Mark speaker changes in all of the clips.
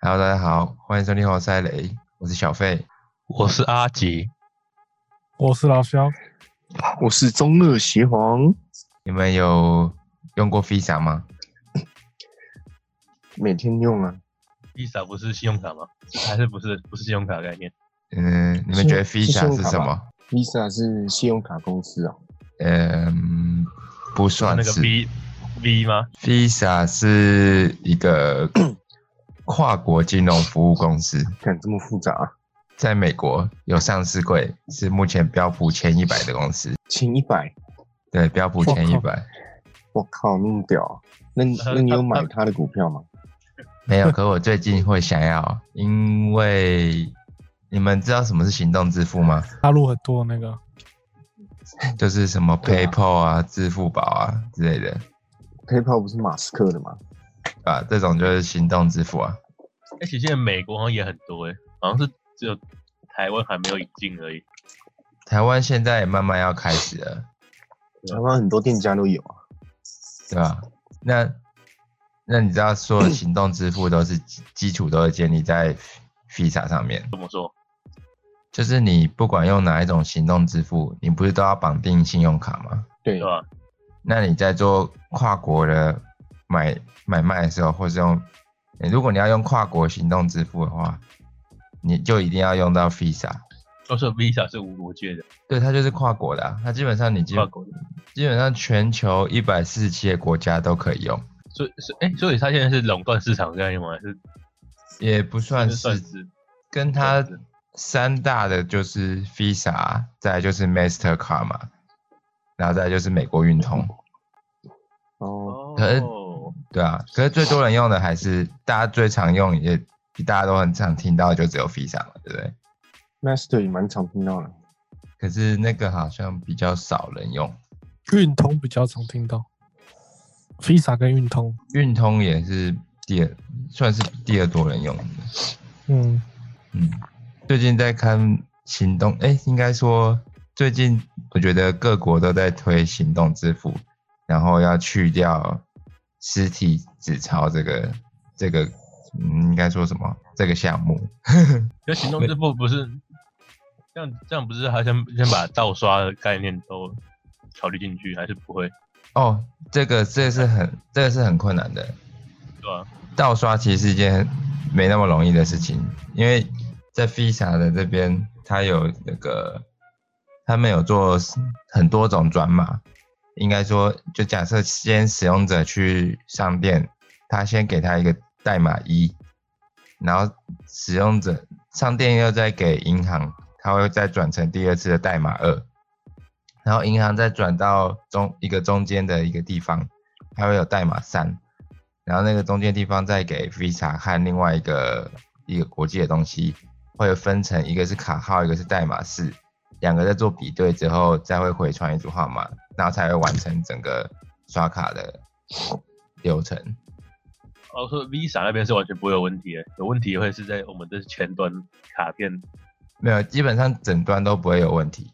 Speaker 1: Hello，大家好，欢迎收听《活塞雷》，我是小费。
Speaker 2: 我是阿吉，
Speaker 3: 我是老肖，
Speaker 4: 我是中二邪皇，
Speaker 1: 你们有用过 Visa 吗？
Speaker 4: 每天用啊，
Speaker 2: Visa 不是信用卡吗？还是不是不是信用卡的概念？
Speaker 1: 嗯，你们觉得
Speaker 4: 是是信
Speaker 1: Visa
Speaker 4: 用
Speaker 1: 是
Speaker 4: 卡
Speaker 1: 什
Speaker 4: 吧
Speaker 1: 么？
Speaker 4: Visa 是信用卡公司啊，
Speaker 1: 嗯，不
Speaker 2: 是
Speaker 1: 算
Speaker 2: 那个
Speaker 1: 是。
Speaker 2: V V 吗？
Speaker 1: Visa 是一个跨国金融服务公司，
Speaker 4: 看这么复杂、啊，
Speaker 1: 在美国有上市柜，是目前标普前一百的公司。
Speaker 4: 前一百，
Speaker 1: 对，标普前一
Speaker 3: 我
Speaker 1: 百
Speaker 4: 我靠，那么屌、啊！那你那你有买他的股票吗？
Speaker 1: 没有，可我最近会想要，因为你们知道什么是行动支付吗？
Speaker 3: 大陆很多那个，
Speaker 1: 就是什么
Speaker 4: 对啊
Speaker 1: PayPal 啊、支付宝啊之类的。
Speaker 4: PayPal 不是马斯克的吗？
Speaker 1: 啊，这种就是行动支付啊。
Speaker 2: 而且现在哎美国好像也很多诶、好像是只有台湾还没有引进而已。
Speaker 1: 台湾现在也慢慢要开始了，
Speaker 4: 台湾很多店家都有啊。
Speaker 1: 对吧？那那你知道所有行动支付都是基基础都是建立在 Visa 上面，
Speaker 2: 怎么说？
Speaker 1: 就是你不管用哪一种行动支付，你不是都要绑定信用卡吗？
Speaker 4: 对
Speaker 3: 啊
Speaker 2: 对，吧？
Speaker 1: 那你在做跨国的买买卖的时候，或是用，你如果你要用跨国行动支付的话，你就一定要用到 Visa，
Speaker 2: 都是 Visa 是无国界的，
Speaker 1: 对，它就是跨国的、啊，它基本上你基
Speaker 2: 跨国的。
Speaker 1: 基本上全球一百四十七个国家都可以用，
Speaker 2: 所以是诶、所以它现在是垄断市场的概念吗？还是
Speaker 1: 也不算
Speaker 2: 还
Speaker 1: 是
Speaker 2: 算是
Speaker 1: 跟它
Speaker 2: 算是
Speaker 1: 三大的就是 Visa，再来啊就是 Mastercard 嘛，然后再来就是美国运通，
Speaker 4: 哦，
Speaker 1: 可是
Speaker 2: 哦，
Speaker 1: 对啊。可是最多人用的还是大家最常用，也大家都很常听到，就只有 Visa 嘛，对不对？
Speaker 4: Master 也蛮常听到的，
Speaker 1: 可是那个好像比较少人用，
Speaker 3: 运通比较常听到，Visa 跟运通，
Speaker 1: 运通也是第二，算是第二多人用的。
Speaker 3: 嗯，
Speaker 1: 嗯，最近在看行动，哎、应该说最近我觉得各国都在推行动支付，然后要去掉实体纸钞这个这个，嗯，应该说什么这个项目？
Speaker 2: 那行动支付不是这样？这样不是还先先把盗刷的概念都考虑进去，还是不会？
Speaker 1: 哦，这个这个是很这个是很困难的，
Speaker 2: 对吧、
Speaker 1: 盗刷其实是一件很没那么容易的事情，因为在 Visa 的这边，它有那个，他们有做很多种转码，应该说，就假设先使用者去商店，他先给他一个代码一，然后使用者商店又再给银行，他会再转成第二次的代码二，然后银行再转到中一个中间的一个地方，它会有代码三，然后那个中间地方再给 Visa 和另外一个一个国际的东西，会分成一个是卡号，一个是代码四，两个在做比对之后，再会回传一组号码，然后才会完成整个刷卡的流程。
Speaker 2: 哦，说 Visa 那边是完全不会有问题的，有问题会是在我们的前端卡片。
Speaker 1: 没有，基本上整端都不会有问题，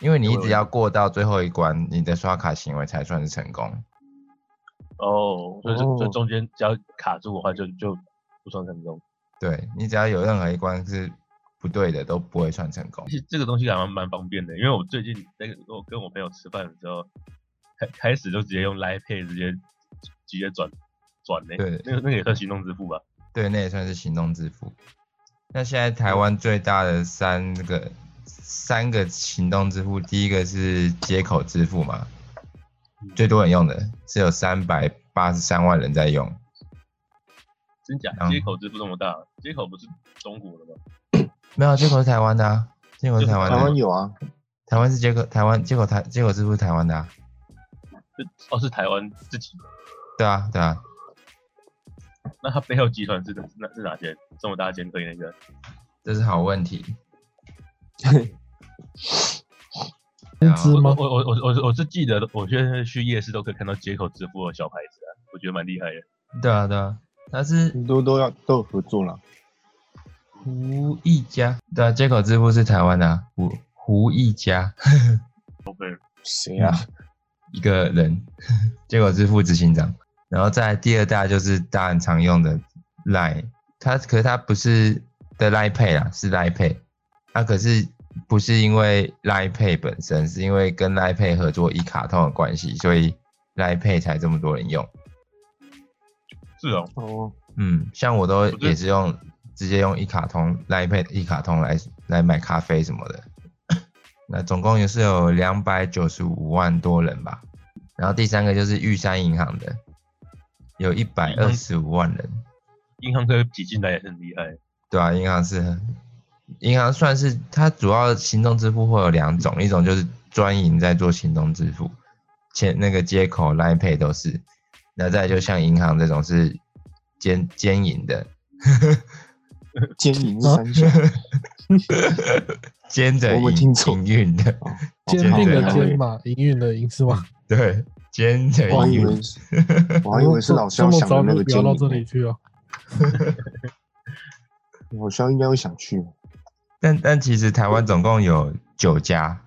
Speaker 1: 因为你一直要过到最后一关，你的刷卡行为才算是成功。
Speaker 2: 哦，所以
Speaker 4: 哦
Speaker 2: 就就中间只要卡住的话就，就不算成功。
Speaker 1: 对你只要有任何一关是不对的，都不会算成功
Speaker 2: 而。且这个东西还蛮蛮方便的，因为我最近在我跟我朋友吃饭的时候，开开始就直接用 Line Pay 直接直接转转呢、
Speaker 1: 对
Speaker 2: 那个那个也算行动支付吧？
Speaker 1: 对，那也算是行动支付。那现在台湾最大的三个三个行动支付，第一个是接口支付嘛，
Speaker 4: 嗯
Speaker 1: 最多人用的是有三百八十三万人在用。
Speaker 2: 真假？
Speaker 1: 嗯
Speaker 2: 接口支付这么大，接口不是中国的吗？
Speaker 1: 没有，接口是台湾的啊，接口是台湾
Speaker 4: 台
Speaker 1: 的，
Speaker 4: 湾有啊，
Speaker 1: 台湾是接口，台湾接口台接口支付是台湾的啊，
Speaker 2: 这哦是台湾自己的，
Speaker 1: 对啊对啊，
Speaker 2: 那它背后集团是那是哪些？这么大间可以那个？
Speaker 1: 这是好问题。
Speaker 3: 工资
Speaker 2: 我
Speaker 3: 吗？
Speaker 2: 我我我我我是记得，我现在去夜市都可以看到接口支付的小牌子啊，我觉得蛮厉害的。
Speaker 1: 对啊对啊，它是
Speaker 4: 很多都要都有合作了。
Speaker 1: 胡一家，对啊，接口支付是台湾的、啊，胡胡一家。
Speaker 4: 谁啊？
Speaker 1: 一个人， 结果是副执行长。然后再来第二大就是大家很常用的 Line、它可是它不是的 Line Pay 啊，是 Line Pay，它可是不是因为 Line Pay 本身，是因为跟 Line Pay 合作一卡通的关系，所以 Line Pay 才这么多人用。
Speaker 2: 是哦，
Speaker 4: 哦，
Speaker 1: 嗯，像我都
Speaker 2: 觉得
Speaker 1: 也是用直接用一卡通 Line Pay 的一卡通来来买咖啡什么的。 那总共也是有两百九十五万多人吧。然后第三个就是玉山银行的，有一百二十五万人。
Speaker 2: 银行可以挤进来也是很厉害。
Speaker 1: 对啊，银行是很，银行算是它主要行动支付会有两种，一种就是专营在做行动支付，前那个接口、Line Pay 都是，那再来就像银行这种是兼兼营的，
Speaker 4: 奸淫是 三小，
Speaker 1: 兼着
Speaker 4: 我没
Speaker 1: 营
Speaker 4: 听错
Speaker 1: 营运的，
Speaker 3: 兼
Speaker 2: 啊
Speaker 3: 并的
Speaker 1: 对
Speaker 3: 兼嘛，营运的营是吧？
Speaker 1: 对，兼着
Speaker 4: 我还
Speaker 1: 营
Speaker 4: 以
Speaker 1: 运
Speaker 4: 为，是，我还以为是老肖想的那个
Speaker 3: 不要
Speaker 4: 奸
Speaker 3: 哎 到这里
Speaker 4: 淫，
Speaker 3: 去哦。
Speaker 4: 老肖应该会想去。
Speaker 1: 但但其实台湾总共有九家，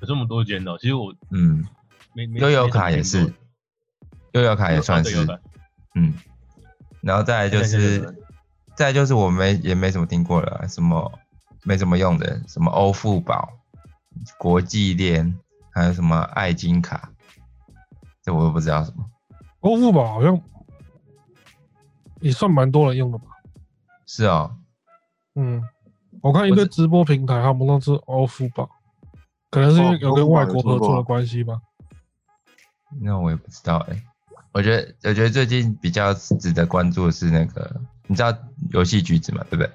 Speaker 2: 有这么多间哦，其实我
Speaker 1: 嗯，
Speaker 2: 没没
Speaker 1: 悠游卡也是，悠游
Speaker 2: 啊
Speaker 1: 卡也算是，嗯，然后再来就
Speaker 2: 现在就是是，
Speaker 1: 再来就是我没也没什么听过了，什么没怎么用的，什么欧付宝、国际链，还有什么爱金卡，这我都不知道什么。
Speaker 3: 欧付宝好像也算蛮多人用的吧？
Speaker 1: 是哦，
Speaker 3: 嗯，我看一堆直播平台他们都是欧付宝，可能是
Speaker 4: 哦
Speaker 3: 因为有跟外国合作的关系吧。
Speaker 1: 那我也不知道哎、我觉得我觉得最近比较值得关注的是那个，你知道游戏橘子嘛，对不对？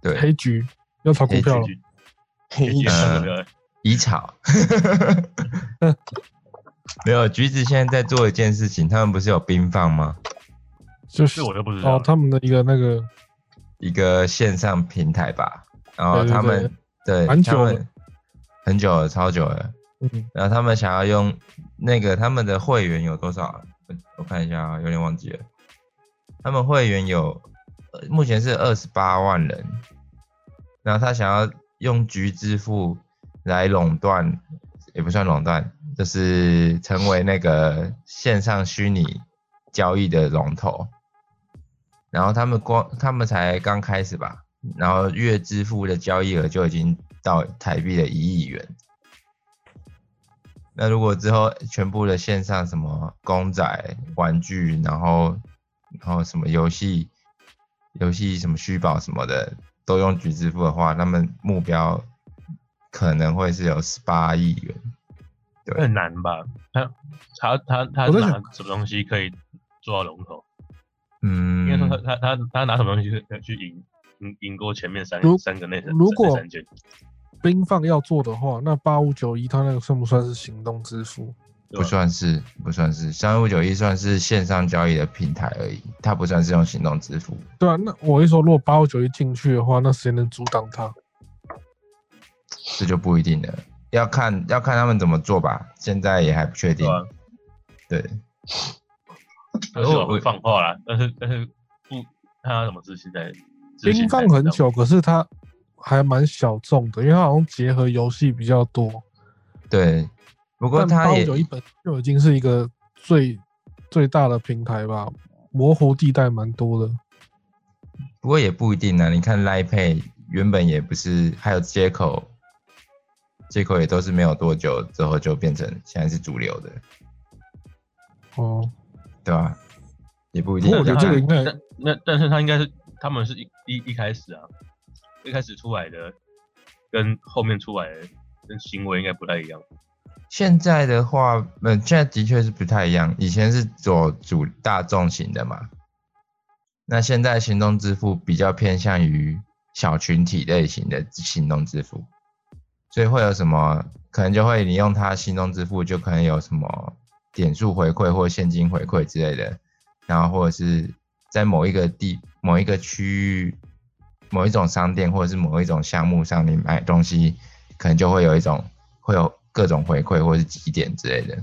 Speaker 1: 对，
Speaker 3: 黑局要炒股票了，
Speaker 4: 嘿，
Speaker 2: 也
Speaker 1: 嗯
Speaker 3: 呃
Speaker 2: 算不了
Speaker 1: 以草。 没有，橘子现在在做一件事情，他们不是有冰放吗？
Speaker 3: 就是
Speaker 2: 这我就不知道
Speaker 3: 哦
Speaker 2: 了。
Speaker 3: 他们的一个那个
Speaker 1: 一个线上平台吧，然后
Speaker 3: 对对
Speaker 1: 他们对
Speaker 3: 蛮
Speaker 1: 他
Speaker 3: 久
Speaker 1: 们
Speaker 3: 了
Speaker 1: 很久了，超久了。
Speaker 3: 嗯
Speaker 1: 然后他们想要用那个他们的会员有多少啊？我我看一下啊，有点忘记了。他们会员有，呃目前是二十八万人。然后他想要用局支付来垄断，也不算垄断，就是成为那个线上虚拟交易的龙头。然后他们光他们才刚开始吧，然后月支付的交易额就已经到台币的一亿元。那如果之后全部的线上什么公仔、玩具，然后然后什么游戏、游戏什么虚宝什么的都用局支付的话，他们目标可能会是有十八亿元。
Speaker 2: 那很难吧？他他他他
Speaker 3: 我在
Speaker 2: 拿
Speaker 3: 想
Speaker 2: 什么东西可以做到龙头？
Speaker 1: 嗯，
Speaker 2: 应该说他他他他拿什么东西去去赢赢赢过前面三
Speaker 3: 如
Speaker 2: 三个那三
Speaker 3: 如果
Speaker 2: 那三间？
Speaker 3: 冰放要做的话，那八五九一它那个算不算是行动支付？
Speaker 2: 对
Speaker 1: 不
Speaker 2: 吧
Speaker 1: 算是不算是三五九一算是线上交易的平台而已，它不算是用行动支付。
Speaker 3: 对啊，那我一说，如果八五九一进去的话，那谁能阻挡它？
Speaker 1: 这就不一定了，要看要看他们怎么做吧，现在也还不确定
Speaker 2: 对。啊，
Speaker 1: 对，
Speaker 2: 但是
Speaker 1: 我
Speaker 2: 我会放话啦，但是但是不看他怎么执行在。执行
Speaker 3: 冰
Speaker 2: 在
Speaker 3: 放很，久，可是它还蛮小众的，因为它好像结合游戏比较多。
Speaker 1: 对，不过
Speaker 3: 但
Speaker 1: 他
Speaker 3: 八五
Speaker 1: 也
Speaker 3: 九一本就已经是一个最最大的平台吧，模糊地带蛮多的。
Speaker 1: 不过也不一定啊。你看 Line Pay 原本也不是，还有接口，接口也都是没有多久之后就变成现在是主流的，
Speaker 3: 哦，
Speaker 1: 对吧、也不一
Speaker 3: 不
Speaker 1: 定。啊
Speaker 3: 过我觉得这个应该
Speaker 2: 但那但是他应该是他们是一一一开始啊，一开始出来的跟后面出来的跟行为应该不太一样。
Speaker 1: 现在的话，嗯，现在的确是不太一样。以前是走主大众型的嘛，那现在行动支付比较偏向于小群体类型的行动支付，所以会有什么？可能就会你用它行动支付，就可能有什么点数回馈或现金回馈之类的，然后或者是在某一个地、某一个区域、某一种商店或者是某一种项目上，你买东西可能就会有一种会有各种回馈或是积点之类的。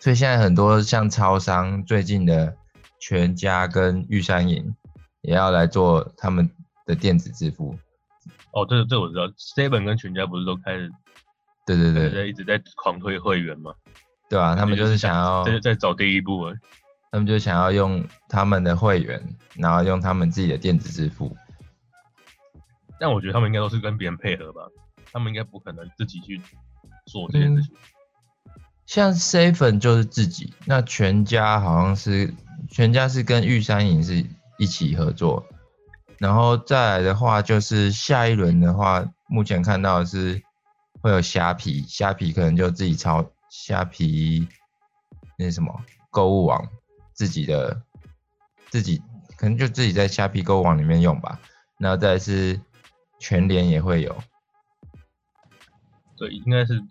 Speaker 1: 所以现在很多像超商最近的全家跟玉山银也要来做他们的电子支付。
Speaker 2: 哦，这个这个我知道，Seven 跟全家不是都开始
Speaker 1: 对对对
Speaker 2: 在一直在狂推会员吗？
Speaker 3: 哦
Speaker 1: 对啊，他们就是想要
Speaker 2: 在在走第一步了。
Speaker 1: 他们就想要用他们的会员，然后用他们自己的电子支付。
Speaker 2: 但我觉得他们应该都是跟别人配合吧，他们应该不可能自己去做这件事
Speaker 3: 嗯
Speaker 2: 情。
Speaker 1: 像 C 粉就是自己，那全家好像是全家是跟玉山影是一起合作，然后再来的话就是下一轮的话，目前看到的是会有虾皮，虾皮可能就自己抄虾皮那什么购物网自己的自己可能就自己在虾皮购物网里面用吧，然后再来是全联也会有，
Speaker 2: 对，应该是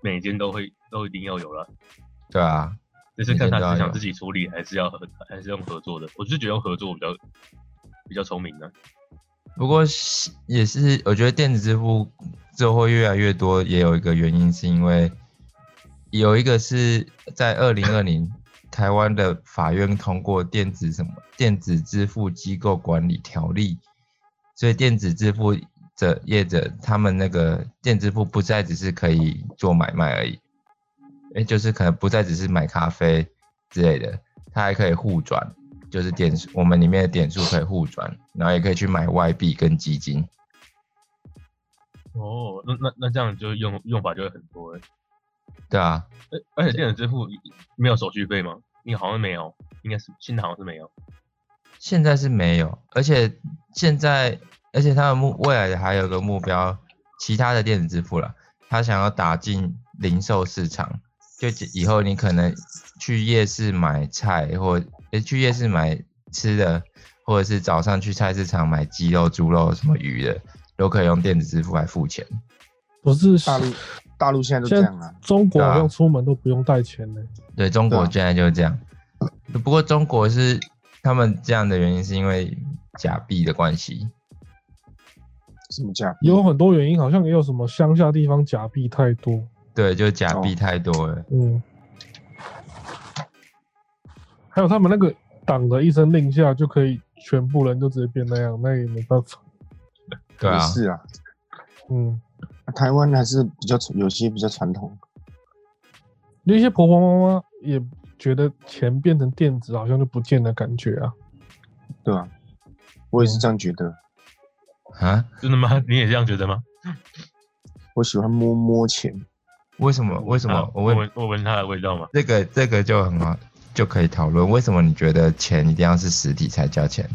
Speaker 2: 每间都会都一定要有了，
Speaker 1: 对啊，
Speaker 2: 只是看他
Speaker 1: 每间都要
Speaker 2: 是想
Speaker 1: 有
Speaker 2: 自己处理还是要合还是用合作的。我就觉得用合作比较比较聪明的、
Speaker 1: 不过是也是，我觉得电子支付之后会越来越多，也有一个原因是因为有一个是在二零二零台湾的法院通过电子什么电子支付机构管理条例，所以电子支付者业者他们那个电子支付不再只是可以做买卖而已，哎，就是可能不再只是买咖啡之类的，它还可以互转，就是点数，我们里面的点数可以互转，然后也可以去买外币跟基金。
Speaker 2: 哦，那那那这样就用用法就会很多欸
Speaker 1: 对啊，
Speaker 2: 而而且电子支付没有手续费吗？你好像没有，应该是现在好像是没有。
Speaker 1: 现在是没有，而且现在，而且他的目未来的还有个目标，其他的电子支付了，他想要打进零售市场，就以后你可能去夜市买菜，或诶去夜市买吃的，或者是早上去菜市场买鸡肉、猪肉、什么鱼的，都可以用电子支付来付钱。
Speaker 3: 不是
Speaker 4: 大 陆大陆现在都这
Speaker 3: 现在
Speaker 4: 样啊，
Speaker 3: 中国好
Speaker 1: 对啊
Speaker 3: 像出门都不用带钱呢、
Speaker 1: 对中国
Speaker 4: 对啊
Speaker 1: 现在就是这样，不过中国是他们这样的原因是因为假币的关系，
Speaker 4: 什么价？
Speaker 3: 有很多原因，好像也有什么乡下地方假币太多。
Speaker 1: 对，就假币
Speaker 4: 哦
Speaker 1: 太多了，
Speaker 3: 嗯，还有他们那个党的一声令下，就可以全部人都直接变那样，那也没办法。
Speaker 1: 对啊
Speaker 4: 也，是啊，
Speaker 3: 嗯，
Speaker 4: 台湾还是比较有些比较传统，
Speaker 3: 有一些婆婆妈妈也觉得钱变成电子，好像就不见的感觉啊。
Speaker 4: 对吧、我也是这样觉得，
Speaker 1: 啊，
Speaker 2: 真的吗？你也这样觉得吗？
Speaker 4: 我喜欢摸摸钱，
Speaker 1: 为什么？为什
Speaker 2: 啊
Speaker 1: 么？我
Speaker 2: 我
Speaker 1: 问
Speaker 2: 闻我闻它的味道吗？
Speaker 1: 这个这个就很好，就可以讨论为什么你觉得钱一定要是实体才叫钱？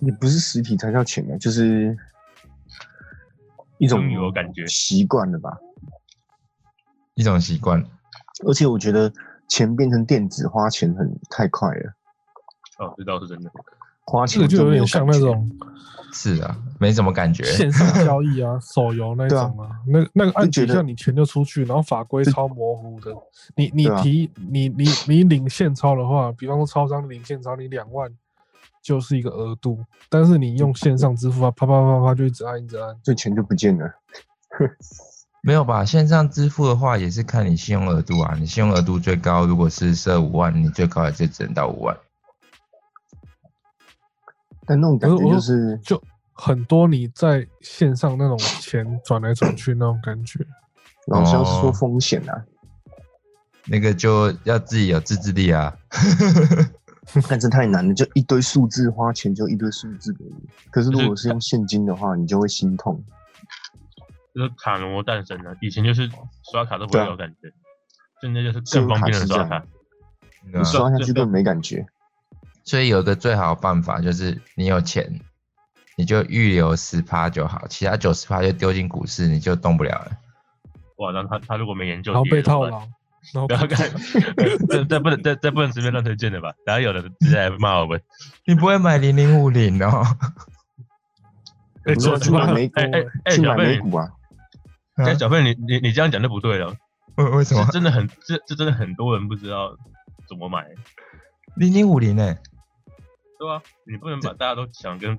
Speaker 4: 也不是实体才叫钱的，就是一种
Speaker 2: 拥有感觉
Speaker 4: 习惯了吧。
Speaker 1: 一种习惯，
Speaker 4: 而且我觉得钱变成电子，花钱很太快了，
Speaker 2: 哦，这倒是真的。
Speaker 4: 花
Speaker 3: 这
Speaker 4: 钱
Speaker 3: 个就有
Speaker 4: 没
Speaker 3: 点
Speaker 4: 感
Speaker 3: 像那
Speaker 4: 觉
Speaker 3: 种
Speaker 1: 是啊，没什么感觉，
Speaker 3: 线上交易啊，手游那种啊，那那个按几
Speaker 4: 就觉
Speaker 3: 下
Speaker 4: 得
Speaker 3: 你钱就出去，然后法规超模糊的。你你
Speaker 4: 对啊
Speaker 3: 提、你你你领现钞的话，比方说超商领现钞，你两万就是一个额度，但是你用线上支付啊，啪啪啪啪就一直按一直按。
Speaker 4: 这钱就不见了。
Speaker 1: 没有吧？线上支付的话也是看你信用额度啊，你信用额度最高，如果是设五万，你最高也就只能到五万。
Speaker 4: 但那种感
Speaker 3: 我
Speaker 4: 觉
Speaker 3: 我
Speaker 4: 就是，
Speaker 3: 就很多你在线上那种钱转来转去那种感觉，
Speaker 4: 老肖是
Speaker 1: 哦
Speaker 4: 说风险啊，
Speaker 1: 那个就要自己有自制力啊。
Speaker 4: 但是太难了，就一堆数字，花钱就一堆数字给你。可是如果是用现金的话，你就会心痛。
Speaker 2: 就是卡奴诞生了，以前就是刷卡都不会
Speaker 4: 对啊
Speaker 2: 有感觉，现在就是更方便的刷卡。
Speaker 1: 对
Speaker 4: 你
Speaker 1: 啊
Speaker 4: 刷下去根本没 感觉，
Speaker 1: 所以有个最好的办法就是，你有钱，你就预留十趴就好，其他九十趴就丢进股市，你就动不了了。
Speaker 2: 哇，然后他他如果没研究，
Speaker 3: 然后被套
Speaker 2: 了。
Speaker 3: 牢，然后
Speaker 2: 不要看， 这这不能这这不能随便乱推荐的吧？然后有的直接来骂我们，
Speaker 1: 你不会买零零五零哦？
Speaker 2: 哎
Speaker 4: 不是
Speaker 2: 说
Speaker 4: 啊去买美股
Speaker 2: 哎哎哎，
Speaker 4: 去
Speaker 2: 小
Speaker 4: 买
Speaker 2: 贝
Speaker 4: 美，股啊，
Speaker 2: 哎小贝，你你你这样讲就不对了，
Speaker 1: 为为什
Speaker 2: 这
Speaker 1: 么
Speaker 2: 真的很这这真的很多人不知道怎么买，
Speaker 1: 零零五零呢？
Speaker 2: 对吧？你不能把大家都想跟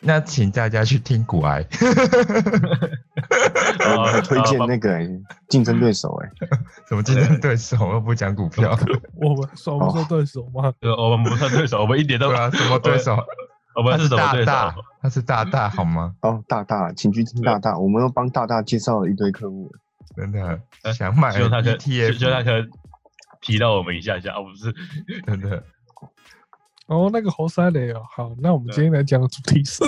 Speaker 1: 那请大家去听股癌，
Speaker 3: 哎
Speaker 4: 我
Speaker 2: 呃
Speaker 3: 哦
Speaker 4: 还推荐那个欸竞争对手
Speaker 3: 嗯
Speaker 4: 哎，
Speaker 1: 什么竞争对手，我又不讲股票，
Speaker 3: 我们算不算对手吗？
Speaker 2: 呃我们不算对手，我们一点都
Speaker 1: 对啊，什么对手？
Speaker 2: 我
Speaker 1: 他
Speaker 2: 们是什么
Speaker 1: 大
Speaker 2: 对手？
Speaker 1: 大，他是大大好吗？
Speaker 4: 哦大大，请去听大大，我们又帮大大介绍了一堆客户，
Speaker 1: 真的
Speaker 2: 呃
Speaker 1: 想买，E
Speaker 2: 希望他可就
Speaker 1: ETF，
Speaker 2: 就他可提到我们一下下啊，不是
Speaker 1: 真的
Speaker 3: 哦，那个猴塞雷哦，好，那我们今天来讲的主题是，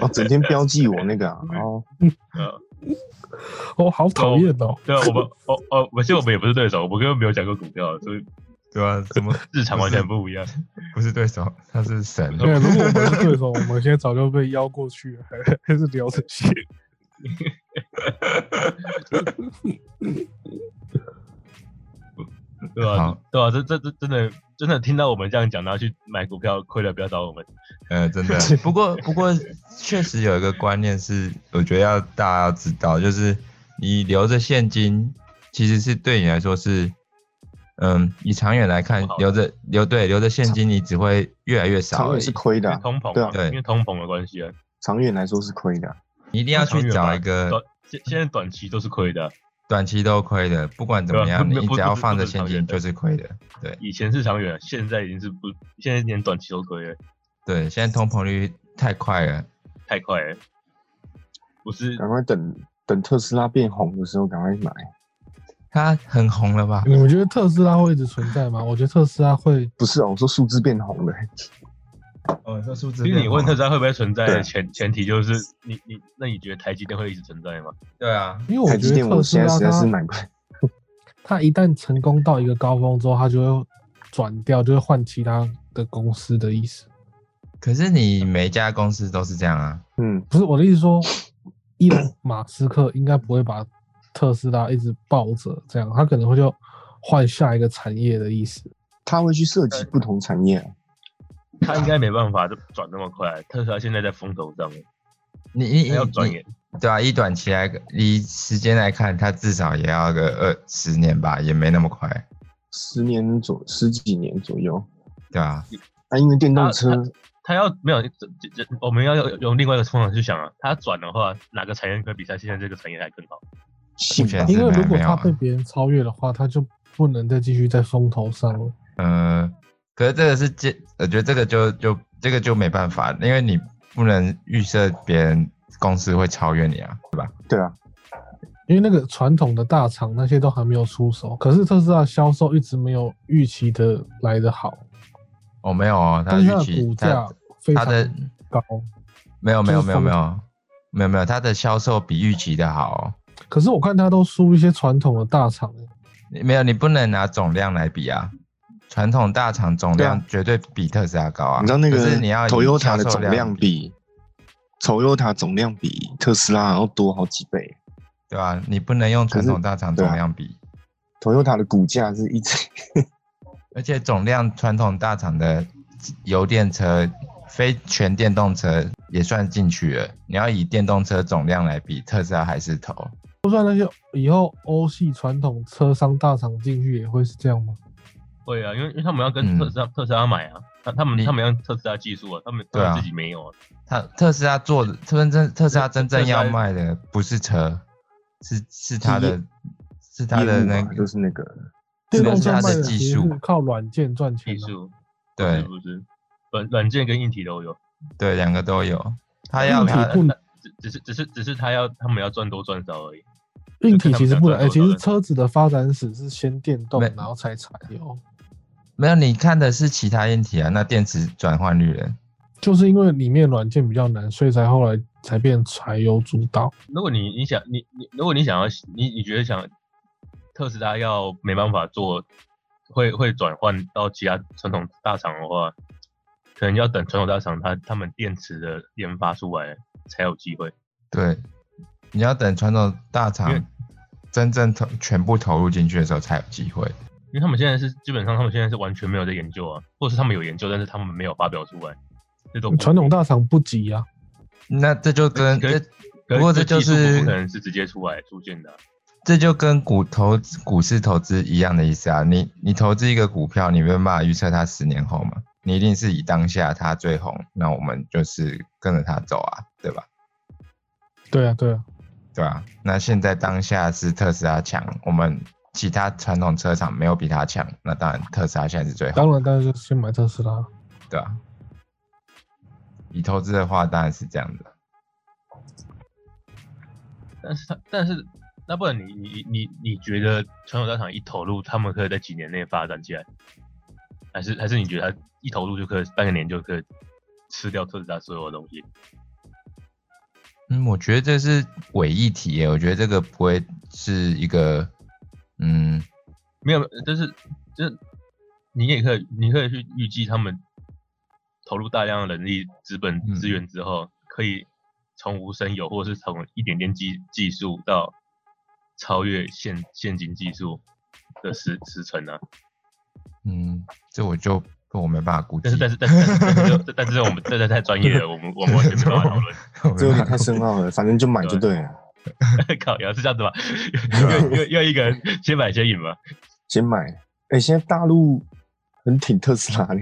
Speaker 4: 哦，整天标记我那个啊，
Speaker 3: 嗯
Speaker 4: 然后
Speaker 2: 呃，
Speaker 3: 哦，好讨厌哦，
Speaker 2: 对啊，我们哦哦，我现在我们也不是对手，我们根本没有讲过股票，所以
Speaker 1: 对啊，怎么
Speaker 2: 日常完全不一样。
Speaker 1: 不是对手，他是神，
Speaker 2: 呃
Speaker 3: 对，如果我们是对 手，我们现在早就被邀过去了，还还是聊这些。
Speaker 2: 对啊
Speaker 1: 好，
Speaker 2: 对啊，这这这真的真的听到我们这样讲，然后去买股票亏了，不要找我们。
Speaker 1: 呃，真 的。不过不过确实有一个观念是，我觉得要大家要知道，就是你留着现金，其实是对你来说是，嗯，以长远来看
Speaker 2: 不好，的
Speaker 1: 留着留对留着现金，你只会越来越少
Speaker 4: 长
Speaker 1: 而
Speaker 4: 远是
Speaker 3: 哎
Speaker 1: 已。
Speaker 4: 亏的
Speaker 2: 因
Speaker 4: 啊
Speaker 2: 为，通膨
Speaker 4: 对
Speaker 2: 嘛
Speaker 4: 啊，
Speaker 1: 对
Speaker 2: 因为通膨的关系啊，
Speaker 4: 长远来说是亏的啊。
Speaker 1: 你一定要去找一
Speaker 2: 短
Speaker 1: 个
Speaker 2: 现现在短期都是亏的啊，
Speaker 1: 短期都亏的，不管怎么
Speaker 2: 对啊
Speaker 1: 样，
Speaker 2: 不
Speaker 1: 你
Speaker 2: 不不
Speaker 1: 只要
Speaker 2: 不
Speaker 1: 放
Speaker 2: 不
Speaker 1: 着
Speaker 2: 能
Speaker 1: 现
Speaker 2: 长
Speaker 1: 金
Speaker 2: 远的
Speaker 1: 就是亏的。对
Speaker 2: 以前是长远，现在已经是不，现在连短期都亏了，
Speaker 1: 对，现在通膨率太快了，
Speaker 2: 太快了。不是
Speaker 1: 嗯
Speaker 4: 赶快等等特斯拉变红的时候，赶快买。
Speaker 1: 它很红了吧？
Speaker 2: 嗯
Speaker 3: 你嗯们觉得特斯拉会一直存在吗？我觉得特斯拉会，
Speaker 4: 不是啊，我说数字变红了，
Speaker 1: 哦，这数字
Speaker 2: 其实你问特斯拉会不会存在
Speaker 4: 对
Speaker 2: 的前前提就是你你那你觉得台积电会一直存在吗？
Speaker 1: 对啊，
Speaker 3: 因为我
Speaker 4: 台
Speaker 3: 觉
Speaker 4: 积
Speaker 3: 得
Speaker 4: 电
Speaker 3: 特
Speaker 4: 我
Speaker 3: 斯
Speaker 4: 现在
Speaker 3: 拉
Speaker 4: 实在是
Speaker 3: 它
Speaker 4: 买不。
Speaker 3: 它一旦成功到一个高峰之后，它就会转掉，就会换其他的公司的意思。
Speaker 1: 可是你每一家公司都是这样啊。
Speaker 4: 嗯，
Speaker 3: 不是我的意思说，伊 隆马斯克应该不会把特斯拉一直抱着这样，他可能会就换下一个产业的意思。
Speaker 4: 他会去涉及不同产业啊。
Speaker 2: 他应该没办法转那么快，特斯拉现在在风头上，
Speaker 1: 你你
Speaker 2: 还要
Speaker 1: 你
Speaker 2: 转
Speaker 1: 你
Speaker 2: 眼。
Speaker 1: 对啊，以短期来，以时间来看，它至少也要个二十年吧，也没那么快，
Speaker 4: 十年左十几年左右。
Speaker 1: 对啊吧、
Speaker 4: 那、因为电动车
Speaker 2: 啊他要没有这这这，我们要用用另外一个方法去想啊。他转的话，哪个产业可比赛现在这个产业还更好？
Speaker 4: 性
Speaker 1: 目前
Speaker 4: 吧
Speaker 3: 因为如果
Speaker 1: 没有啊
Speaker 3: 他被别人超越的话，他就不能再继续在风头上了。
Speaker 1: 可是这个是接，我觉得这个就就这个就没办法，因为你不能预设别人公司会超越你啊。
Speaker 4: 对啊，
Speaker 3: 因为那个传统的大厂那些都还没有出手，可是特斯拉销售一直没有预期的来得好，
Speaker 1: 哦，没有哦，它
Speaker 3: 但是它
Speaker 1: 预
Speaker 3: 的
Speaker 1: 期
Speaker 3: 股价
Speaker 1: 它
Speaker 3: 非
Speaker 1: 它
Speaker 3: 常
Speaker 1: 的
Speaker 3: 高。
Speaker 1: 没有没有没有
Speaker 3: 就是
Speaker 1: 没有没有没有，它的销售比预期的好、哦。
Speaker 3: 可是我看它都输一些传统的大厂，欸
Speaker 1: 你没有，你不能拿总量来比啊。传统大厂总
Speaker 4: 对啊
Speaker 1: 量绝对比特斯拉高啊。
Speaker 4: 你知道那
Speaker 1: 可
Speaker 4: 个
Speaker 1: 是你要以
Speaker 4: Toyota 的
Speaker 1: 销售
Speaker 4: 总量比 Toyota 总量比特斯拉还要多好几倍。
Speaker 1: 对吧、你不能用传
Speaker 4: 可是啊
Speaker 1: 统大厂总量比，
Speaker 4: Toyota 的股价是一直
Speaker 1: 而且总量传统大厂的油电车、非全电动车也算进去了。你要以电动车总量来比，特斯拉还是头。
Speaker 3: 就算那些以后欧系传统车商大厂进去也会是这样吗？
Speaker 2: 会啊，因为因为他们要跟特斯拉、特斯拉买啊，他他们
Speaker 1: 嗯你
Speaker 2: 他们要特斯拉技术啊，他们他
Speaker 1: 对啊
Speaker 2: 们自己没有啊。
Speaker 1: 它特斯拉做的真正特斯拉
Speaker 2: 特
Speaker 1: 真正
Speaker 2: 特斯拉
Speaker 1: 要卖的不是车，是是它的
Speaker 4: 业
Speaker 1: 是它的那
Speaker 4: 业务嘛
Speaker 1: 个
Speaker 4: 就是那个
Speaker 3: 电动
Speaker 1: 是
Speaker 3: 车
Speaker 1: 它
Speaker 3: 卖
Speaker 1: 的
Speaker 3: 的
Speaker 1: 技
Speaker 3: 其实
Speaker 1: 术
Speaker 3: 是靠软件赚钱
Speaker 2: 技
Speaker 3: 的、
Speaker 2: 术
Speaker 1: 对
Speaker 2: 是不是？软软件跟硬体都有，
Speaker 1: 对两个都有，它要
Speaker 3: 硬
Speaker 1: 它
Speaker 3: 体不
Speaker 2: 只只是只是只是他要他们要赚多赚少而已。
Speaker 3: 硬体其实不能，哎、
Speaker 1: 啊
Speaker 2: 就看他们想赚多少
Speaker 3: 其实车子的发展史是先电动
Speaker 1: 没，
Speaker 3: 然后才柴油，
Speaker 1: 没有你看的是其他硬体啊，那电池转换率了。
Speaker 3: 就是因为里面软件比较难，所以才后来才变柴油主导。
Speaker 2: 如果你你想你你如果你想要你你觉得想特斯拉要没办法做，会会转换到其他传统大厂的话，可能要等传统大厂它他们电池的研发出来才有机会。
Speaker 1: 对，你要等传统大
Speaker 2: 因
Speaker 1: 厂
Speaker 2: 为
Speaker 1: 真正投全部投入进去的时候才有机会。
Speaker 2: 因为他们现在是基本上，他们现在是完全没有在研究啊，或者是他们有研究，但是他们没有发表出来，这种
Speaker 3: 传统大厂不急啊，
Speaker 1: 那这就跟
Speaker 2: 可以
Speaker 1: 这
Speaker 2: 可
Speaker 1: 不过这就
Speaker 2: 技术
Speaker 1: 是
Speaker 2: 不可能是直接出来出现的啊、
Speaker 1: 这就跟股投股市投资一样的意思啊。你你投资一个股票，你没有办法预测它十年后嘛？你一定是以当下它最红，那我们就是跟着它走啊，对吧？
Speaker 3: 对啊，对啊，
Speaker 1: 对啊。那现在当下是特斯拉强，我们其他传统车厂没有比它强，那当然特斯拉现在是最红，
Speaker 3: 当然，当然就先买特斯拉。
Speaker 1: 对啊。以投资的话，当然是这样的。
Speaker 2: 但是他但是那不然你你你你觉得传统大厂一投入，他们可以在几年内发展起来，还是还是你觉得他一投入就可以半个年就可以吃掉特斯拉所有的东西？
Speaker 1: 嗯，我觉得这是伪议题耶，我觉得这个不会是一个，嗯，
Speaker 2: 没有，就是就是你也可以你可以去预计他们投入大量的人力、资本
Speaker 1: 嗯、
Speaker 2: 资源之后，可以从无生有，或者是从一点点技技术到超越现现今技术的时时程啊。
Speaker 1: 嗯，这我就我没办法估计，
Speaker 2: 但是但是但是但是但是但是我们这这太专业了，我们我们完全没办法讨论。
Speaker 1: 我没
Speaker 4: 这有
Speaker 1: 办
Speaker 4: 点
Speaker 1: 法
Speaker 4: 太深奥了，反正就买就对了，
Speaker 2: 靠，原来是这样子吧？又又又一个人先买先赢吧。
Speaker 4: 先买。哎、现在大陆很挺特斯拉呢，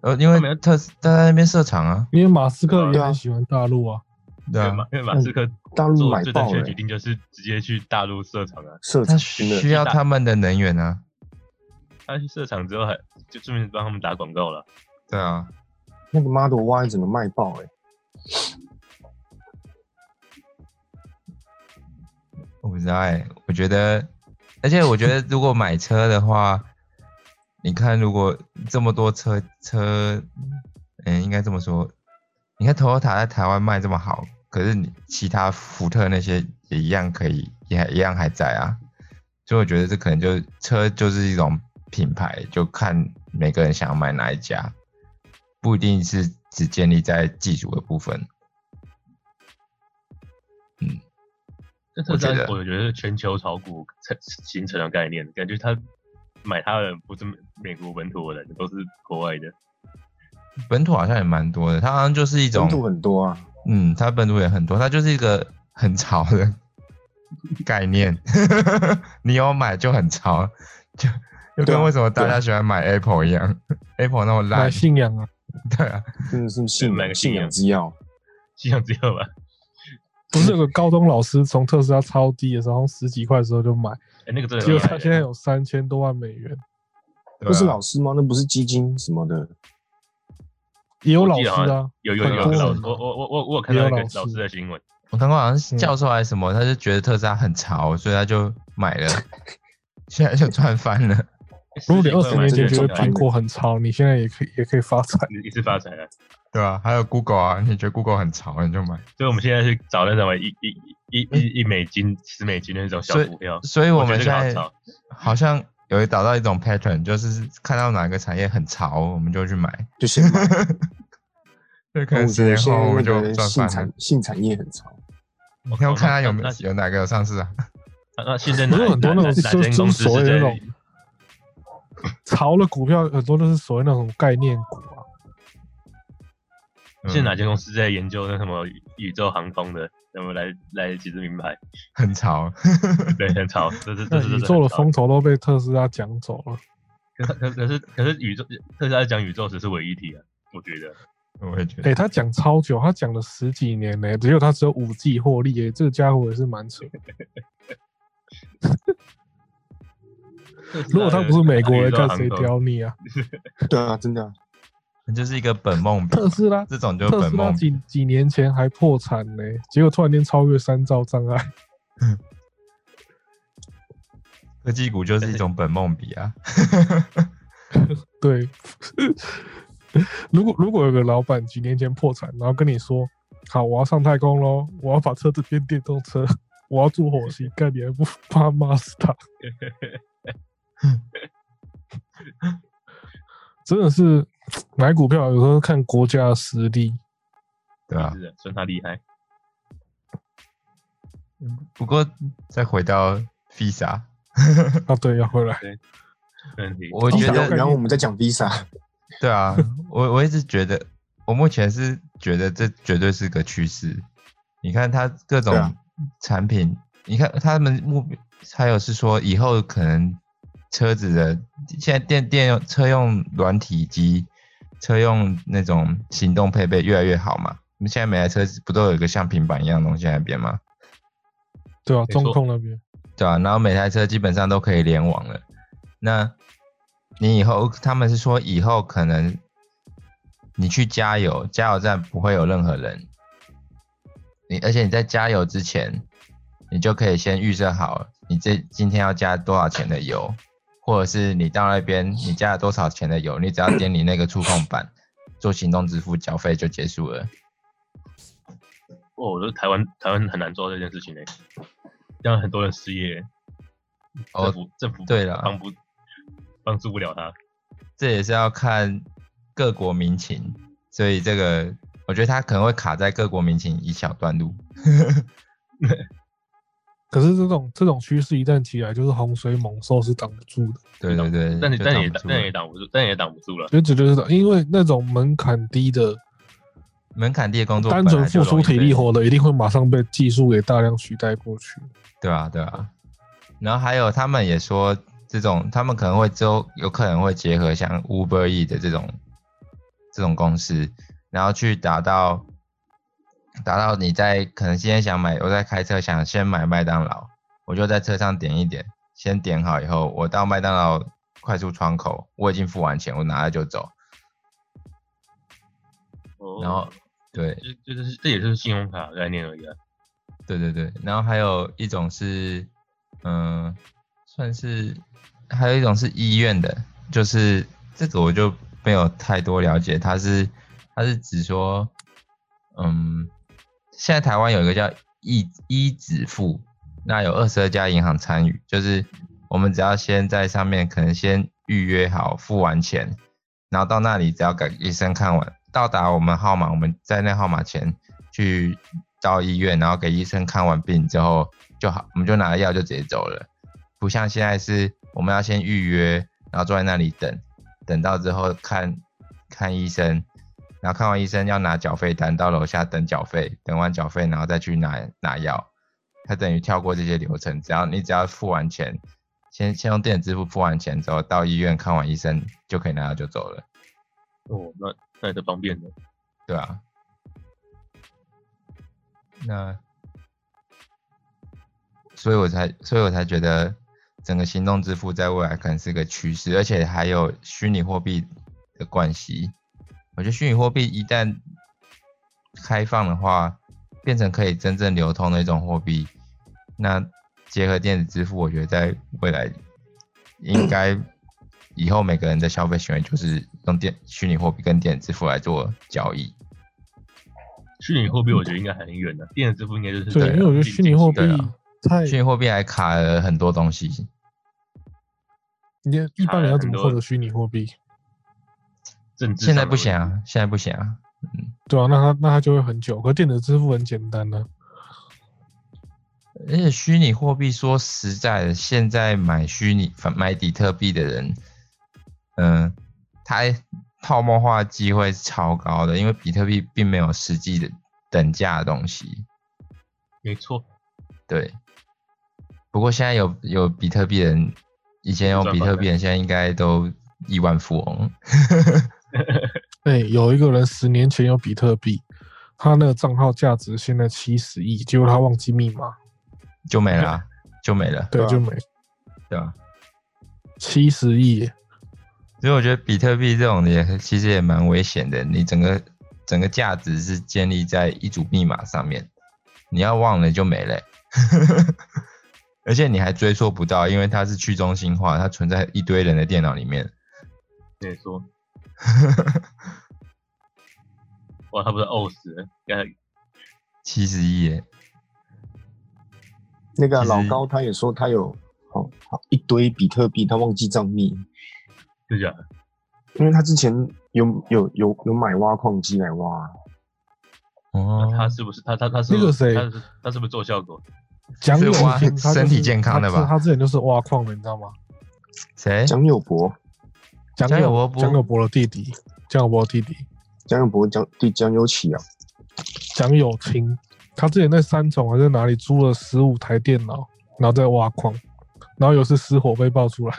Speaker 1: 呃，因为特斯他在那边设厂啊，
Speaker 3: 因为马斯克
Speaker 2: 对
Speaker 3: 也
Speaker 4: 啊
Speaker 3: 很喜欢大陆啊，
Speaker 1: 对
Speaker 2: 因为马
Speaker 1: 啊，
Speaker 2: 因为马斯克
Speaker 4: 大陆
Speaker 2: 做
Speaker 4: 买
Speaker 2: 最正
Speaker 4: 爆
Speaker 2: 确的
Speaker 4: 了
Speaker 2: 决定就是直接去大陆设厂啊。
Speaker 4: 设
Speaker 1: 他
Speaker 4: 厂真
Speaker 1: 需
Speaker 4: 的
Speaker 1: 要他们的能源啊，
Speaker 2: 他去设厂之后还就顺便帮他们打广告了。
Speaker 1: 对啊，
Speaker 4: 那个 Model Y 整个卖爆哎、
Speaker 1: 我不知道哎、我觉得，而且我觉得如果买车的话，你看如果这么多车车，嗯，应该这么说，你看 Toyota 在台湾卖这么好，可是你其他福特那些也一样可以，也还一样还在啊，所以我觉得这可能就车就是一种品牌，就看每个人想要买哪一家，不一定是只建立在技术的部分。
Speaker 2: 但特斯
Speaker 1: 我觉
Speaker 2: 拉，
Speaker 1: 得
Speaker 2: 我觉得是全球炒股才形成的概念，感觉他买他的人不是美国本土的人，都是国外的。
Speaker 1: 本土好像也蛮多的，它好像就是一种
Speaker 4: 本土很多啊，
Speaker 1: 嗯，它本土也很多，它就是一个很潮的概念。 你有买就很潮，就就
Speaker 4: 对啊
Speaker 1: 跟为什么大
Speaker 4: 对
Speaker 1: 家
Speaker 4: 啊
Speaker 1: 喜欢买 Apple 一样，Apple 那么
Speaker 3: 买
Speaker 1: 烂，
Speaker 3: 信仰啊，
Speaker 1: 对啊，
Speaker 4: 真的是信
Speaker 2: 买个
Speaker 4: 仰
Speaker 2: 信
Speaker 4: 信
Speaker 2: 仰
Speaker 4: 仰之药。
Speaker 2: 信仰只有吧？
Speaker 3: 不是有个高中老师从特斯拉超低的时候，好像十几块的时候就买，
Speaker 2: 哎、那个真的
Speaker 3: 结
Speaker 2: 很厉
Speaker 3: 果
Speaker 2: 害
Speaker 3: 他现在有三千多万美元，
Speaker 1: 对
Speaker 4: 那是
Speaker 1: 啊
Speaker 4: 老师吗？那不是基金什么的？
Speaker 3: 也有
Speaker 2: 我
Speaker 3: 老
Speaker 2: 记
Speaker 3: 师
Speaker 2: 得好像
Speaker 3: 啊，
Speaker 2: 有有有有
Speaker 3: 很多
Speaker 2: 老
Speaker 3: 人
Speaker 2: 师，
Speaker 3: 啊
Speaker 2: 我我我我我有看到
Speaker 3: 也
Speaker 2: 一
Speaker 3: 有
Speaker 2: 个
Speaker 3: 老师
Speaker 2: 老师的新闻，
Speaker 1: 我看过好像是
Speaker 3: 嗯
Speaker 1: 教授还是什么，他就觉得特斯拉很潮，所以他就买了， 现在就赚翻了。
Speaker 3: 如果你二
Speaker 2: 10
Speaker 3: 十
Speaker 2: 块买
Speaker 3: 年前
Speaker 2: 这
Speaker 3: 觉
Speaker 2: 个
Speaker 3: 得
Speaker 2: 就
Speaker 3: 苹果很潮，你现在也可以也可以发财。
Speaker 2: 你你是发财了，
Speaker 1: 对啊，还有 Google 啊，你觉得 Google 很潮，你就买。
Speaker 2: 所以我们现在去找那什么一一一一一一美金、十美金的那种小
Speaker 1: 所以
Speaker 2: 股票，
Speaker 1: 所以我们
Speaker 2: 觉
Speaker 1: 现
Speaker 2: 得
Speaker 1: 在
Speaker 2: 这个好潮。
Speaker 1: 好像有找到一种 pattern，就是看到哪个产业很潮，我们就去买。
Speaker 4: 就先买。
Speaker 1: 就可
Speaker 4: 那
Speaker 1: 能
Speaker 4: 我
Speaker 1: 十
Speaker 4: 觉得
Speaker 1: 年
Speaker 4: 现
Speaker 1: 后我
Speaker 4: 在那
Speaker 1: 们就
Speaker 4: 个
Speaker 1: 赚
Speaker 4: 性
Speaker 1: 翻了
Speaker 4: 产。性产业很潮，
Speaker 1: 你要看他有没
Speaker 2: 那
Speaker 1: 有
Speaker 2: 那
Speaker 1: 有哪个有上市啊？
Speaker 2: 哦那那现在
Speaker 3: 不
Speaker 2: 哪
Speaker 3: 是很多
Speaker 2: 哪
Speaker 3: 那种
Speaker 2: 哪
Speaker 3: 就
Speaker 2: 哪间
Speaker 3: 就
Speaker 2: 公
Speaker 3: 是
Speaker 2: 司
Speaker 3: 所谓的
Speaker 2: 在
Speaker 3: 那种潮的股票，很多都是所谓那种概念股啊。
Speaker 2: 嗯现在
Speaker 1: 嗯
Speaker 2: 哪间公司在研究那什么宇宙航空的？那么来来几只名牌，
Speaker 1: 很潮，
Speaker 2: 对，很潮，这是这
Speaker 3: 那
Speaker 2: 是
Speaker 3: 宇宙的，风
Speaker 2: 这
Speaker 3: 头都被特斯拉抢走了。
Speaker 2: 是很潮可可可是可是宇宙，特斯拉讲宇宙只是唯一体啊，我觉得
Speaker 1: 我也觉
Speaker 3: 哎、
Speaker 1: 得。
Speaker 3: 他讲超久，他讲了十几年呢、只有他只有五 G 获利哎、这个家伙也是蛮扯的。如果他不是美国 人，看
Speaker 2: 特斯
Speaker 3: 谁？
Speaker 2: 拉的宇宙航空
Speaker 3: 屌你啊？
Speaker 4: 对啊，真的啊、
Speaker 1: 那就是一个本梦比嘛
Speaker 3: 特斯拉，
Speaker 1: 这种就
Speaker 3: 特
Speaker 1: 本
Speaker 3: 斯拉
Speaker 1: 梦比，
Speaker 3: 几几年前还破产呢、结果突然间超越三兆障碍。
Speaker 1: 科技股就是一种本梦比啊。
Speaker 3: 对， 如果如果有个老板几年前破产，然后跟你说，好，我要上太空喽，我要把车子变电动车， 我要住火星，干你还不怕骂死他？真的是买股票有时候看国家的实力，
Speaker 1: 对啊，
Speaker 2: 是的，算他厉害。
Speaker 1: 不过再回到 Visa，
Speaker 3: 啊，对，要回来。
Speaker 2: 没问题，
Speaker 1: 我觉
Speaker 4: 然后
Speaker 1: 得
Speaker 4: 然后我们再讲 Visa，
Speaker 1: 对啊，我我一直觉得，我目前是觉得这绝对是个趋势。你看它各种
Speaker 4: 对啊
Speaker 1: 产品，你看他们目标还有是说以后可能车子的现在电电用车用软体机、车用那种行动配备越来越好嘛。我们现在每台车子不都有一个像平板一样的东西在那边吗？
Speaker 3: 对啊，
Speaker 2: 没
Speaker 3: 中
Speaker 2: 错
Speaker 3: 控那边
Speaker 1: 对啊，然后每台车基本上都可以联网了。那你以后他们是说以后可能你去加油，加油站不会有任何人，你而且你在加油之前，你就可以先预设好你这今天要加多少钱的油，或者是你到那边你加了多少钱的油，你只要点你那个触控板做行动支付缴费就结束了。
Speaker 2: 哇，哦我觉得台湾台湾很难做到这件事情呢、欸让很多人失业欸。
Speaker 1: 哦
Speaker 2: 政府政府
Speaker 1: 对啦
Speaker 2: 帮不帮助不了他。
Speaker 1: 这也是要看各国民情，所以这个我觉得它可能会卡在各国民情一小段路。
Speaker 3: 可是这种这种趋势一旦起来，就是洪水猛兽是挡不住的，
Speaker 1: 对对对，
Speaker 2: 但是
Speaker 1: 就
Speaker 2: 但
Speaker 1: 挡
Speaker 2: 也
Speaker 1: 不住
Speaker 2: 但
Speaker 1: 了
Speaker 2: 也挡不住，但也挡不住了。
Speaker 3: 就绝对是挡因为那种门槛低的、
Speaker 1: 门槛低的工作
Speaker 3: 单
Speaker 1: 本
Speaker 3: 纯
Speaker 1: 来就
Speaker 3: 付出
Speaker 1: 容易
Speaker 3: 体
Speaker 1: 被
Speaker 3: 力活的，一定会马上被技术给大量取代过去。
Speaker 1: 对啊，对啊。然后还有他们也说，这种他们可能会之后有可能会结合像 Uber E 的这种这种公司，然后去达到达到你在可能今天想买，我在开车想先买麦当劳，我就在车上点一点，先点好以后，我到麦当劳快速窗口，我已经付完钱，我拿了就走。
Speaker 2: 哦
Speaker 1: 然后对，
Speaker 2: 就就是这也就是信用卡的概念而已啊。
Speaker 1: 对对对，然后还有一种是，嗯、算是还有一种是医院的，就是这个我就没有太多了解，它是它是指说，嗯，现在台湾有一个叫医医指付，那有二十二家银行参与，就是我们只要先在上面可能先预约好，付完钱，然后到那里只要给医生看完，到达我们号码，我们在那号码前去到医院，然后给医生看完病之后就好，我们就拿了药就直接走了。不像现在是我们要先预约，然后坐在那里等，等到之后看看医生，然后看完医生要拿缴费单到楼下等缴费，等完缴费然后再去拿拿药。他等于跳过这些流程，只要你只要付完钱，先先用电子支付付完钱之后，到医院看完医生就可以拿药就走了，
Speaker 2: 哦，那那也是方便的。
Speaker 1: 对啊。那，所以我才，所以我才觉得整个行动支付在未来可能是个趋势，而且还有虚拟货币的关系。我觉得虚拟货币一旦开放的话，变成可以真正流通的一种货币，那结合电子支付，我觉得在未来应该以后每个人的消费行为就是用电虚拟货币跟电子支付来做交易。
Speaker 2: 虚拟货币我觉得应该还很远的，电子支付应该就是
Speaker 1: 啊
Speaker 3: 对，因为我觉得虚拟货币
Speaker 1: 对啊
Speaker 3: 太，
Speaker 1: 虚拟货币还卡了很多东西，
Speaker 3: 你一般人要怎
Speaker 2: 很
Speaker 3: 么
Speaker 2: 多
Speaker 3: 获得虚拟货币？
Speaker 2: 政治
Speaker 1: 现在
Speaker 2: 上的
Speaker 1: 不
Speaker 2: 问题
Speaker 1: 行啊，现在不行啊。
Speaker 3: 对啊，那它那它就会很久。可电子支付很简单呢、
Speaker 1: 而且虚拟货币说实在的，现在买虚拟反买比特币的人，嗯、他泡沫化机会是超高的，因为比特币并没有实际的等价的东西。
Speaker 2: 没错，
Speaker 1: 对，不过现在有有比特币的人，以前有比特币的人，现在应该都亿万富翁。
Speaker 3: 哎、有一个人十年前有比特币，他那个账号价值现在七十亿，结果他忘记密码，
Speaker 1: 就没了啊、就没了，
Speaker 3: 对，
Speaker 4: 对啊
Speaker 3: 就没
Speaker 1: 对吧？
Speaker 3: 七十亿耶。
Speaker 1: 所以我觉得比特币这种的也其实也蛮危险的，你整个整个价值是建立在一组密码上面，你要忘了就没了 欸、而且你还追溯不到，因为它是去中心化，它存在一堆人的电脑里面。
Speaker 2: 没错。哇，他不是呕死了？应该
Speaker 1: 七十亿耶，
Speaker 4: 那个啊、
Speaker 1: 其实
Speaker 4: 老高他也说他有好好一堆比特币，他忘记账密，
Speaker 2: 就这样，
Speaker 4: 因为他之前有有有有买挖矿机来挖啊，
Speaker 1: 哦，
Speaker 2: 他是不是他他他是
Speaker 3: 那
Speaker 2: 不
Speaker 3: 个
Speaker 2: 是
Speaker 3: 谁
Speaker 2: 他是他是不是做效果？
Speaker 3: 蒋友
Speaker 1: 是挖
Speaker 3: 金，他就是
Speaker 1: 身体健康的吧
Speaker 3: 他之他之前就是挖矿的，你知道吗？
Speaker 1: 谁？
Speaker 4: 蒋友柏，
Speaker 3: 蒋
Speaker 1: 蒋友柏
Speaker 3: 友
Speaker 1: 不
Speaker 3: 蒋友柏的弟弟，蒋友柏的弟弟
Speaker 4: 蒋友柏蒋对蒋友起啊，
Speaker 3: 蒋友清，他之前在三重还是哪里租了十五台电脑，然后在挖矿，然后有一次失火被爆出来，